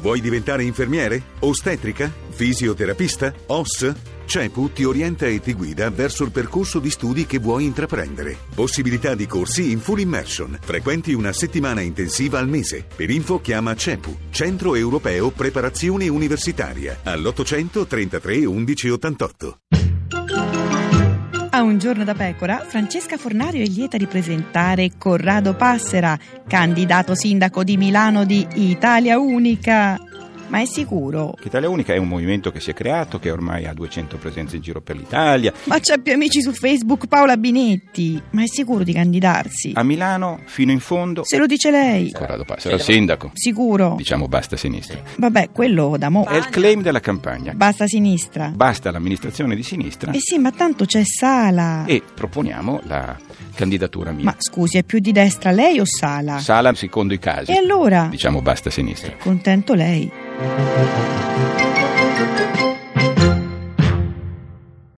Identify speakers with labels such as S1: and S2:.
S1: Vuoi diventare infermiere? Ostetrica? Fisioterapista? OS? CEPU ti orienta e ti guida verso il percorso di studi che vuoi intraprendere. Possibilità di corsi in full immersion. Frequenti una settimana intensiva al mese. Per info chiama CEPU, Centro Europeo Preparazione Universitaria, all'800 33 11 88.
S2: A un giorno da pecora, Francesca Fornario è lieta di presentare Corrado Passera, candidato sindaco di Milano di Italia Unica. Ma è sicuro?
S3: Che Italia Unica è un movimento che si è creato, che ormai ha 200 presenze in giro per l'Italia.
S2: Ma c'ha più amici su Facebook Paola Binetti. Ma è sicuro di candidarsi?
S3: A Milano, fino in fondo,
S2: Se lo dice lei.
S3: Corrado Passera, sindaco.
S2: Sicuro.
S3: Diciamo basta sinistra.
S2: Vabbè, quello da mo'.
S3: È il claim della campagna.
S2: Basta sinistra.
S3: Basta l'amministrazione di sinistra
S2: Eh sì, ma tanto c'è Sala.
S3: e proponiamo la candidatura mia.
S2: Ma scusi, è più di destra lei o Sala?
S3: Sala secondo i casi.
S2: E allora?
S3: Diciamo basta sinistra.
S2: Contento lei.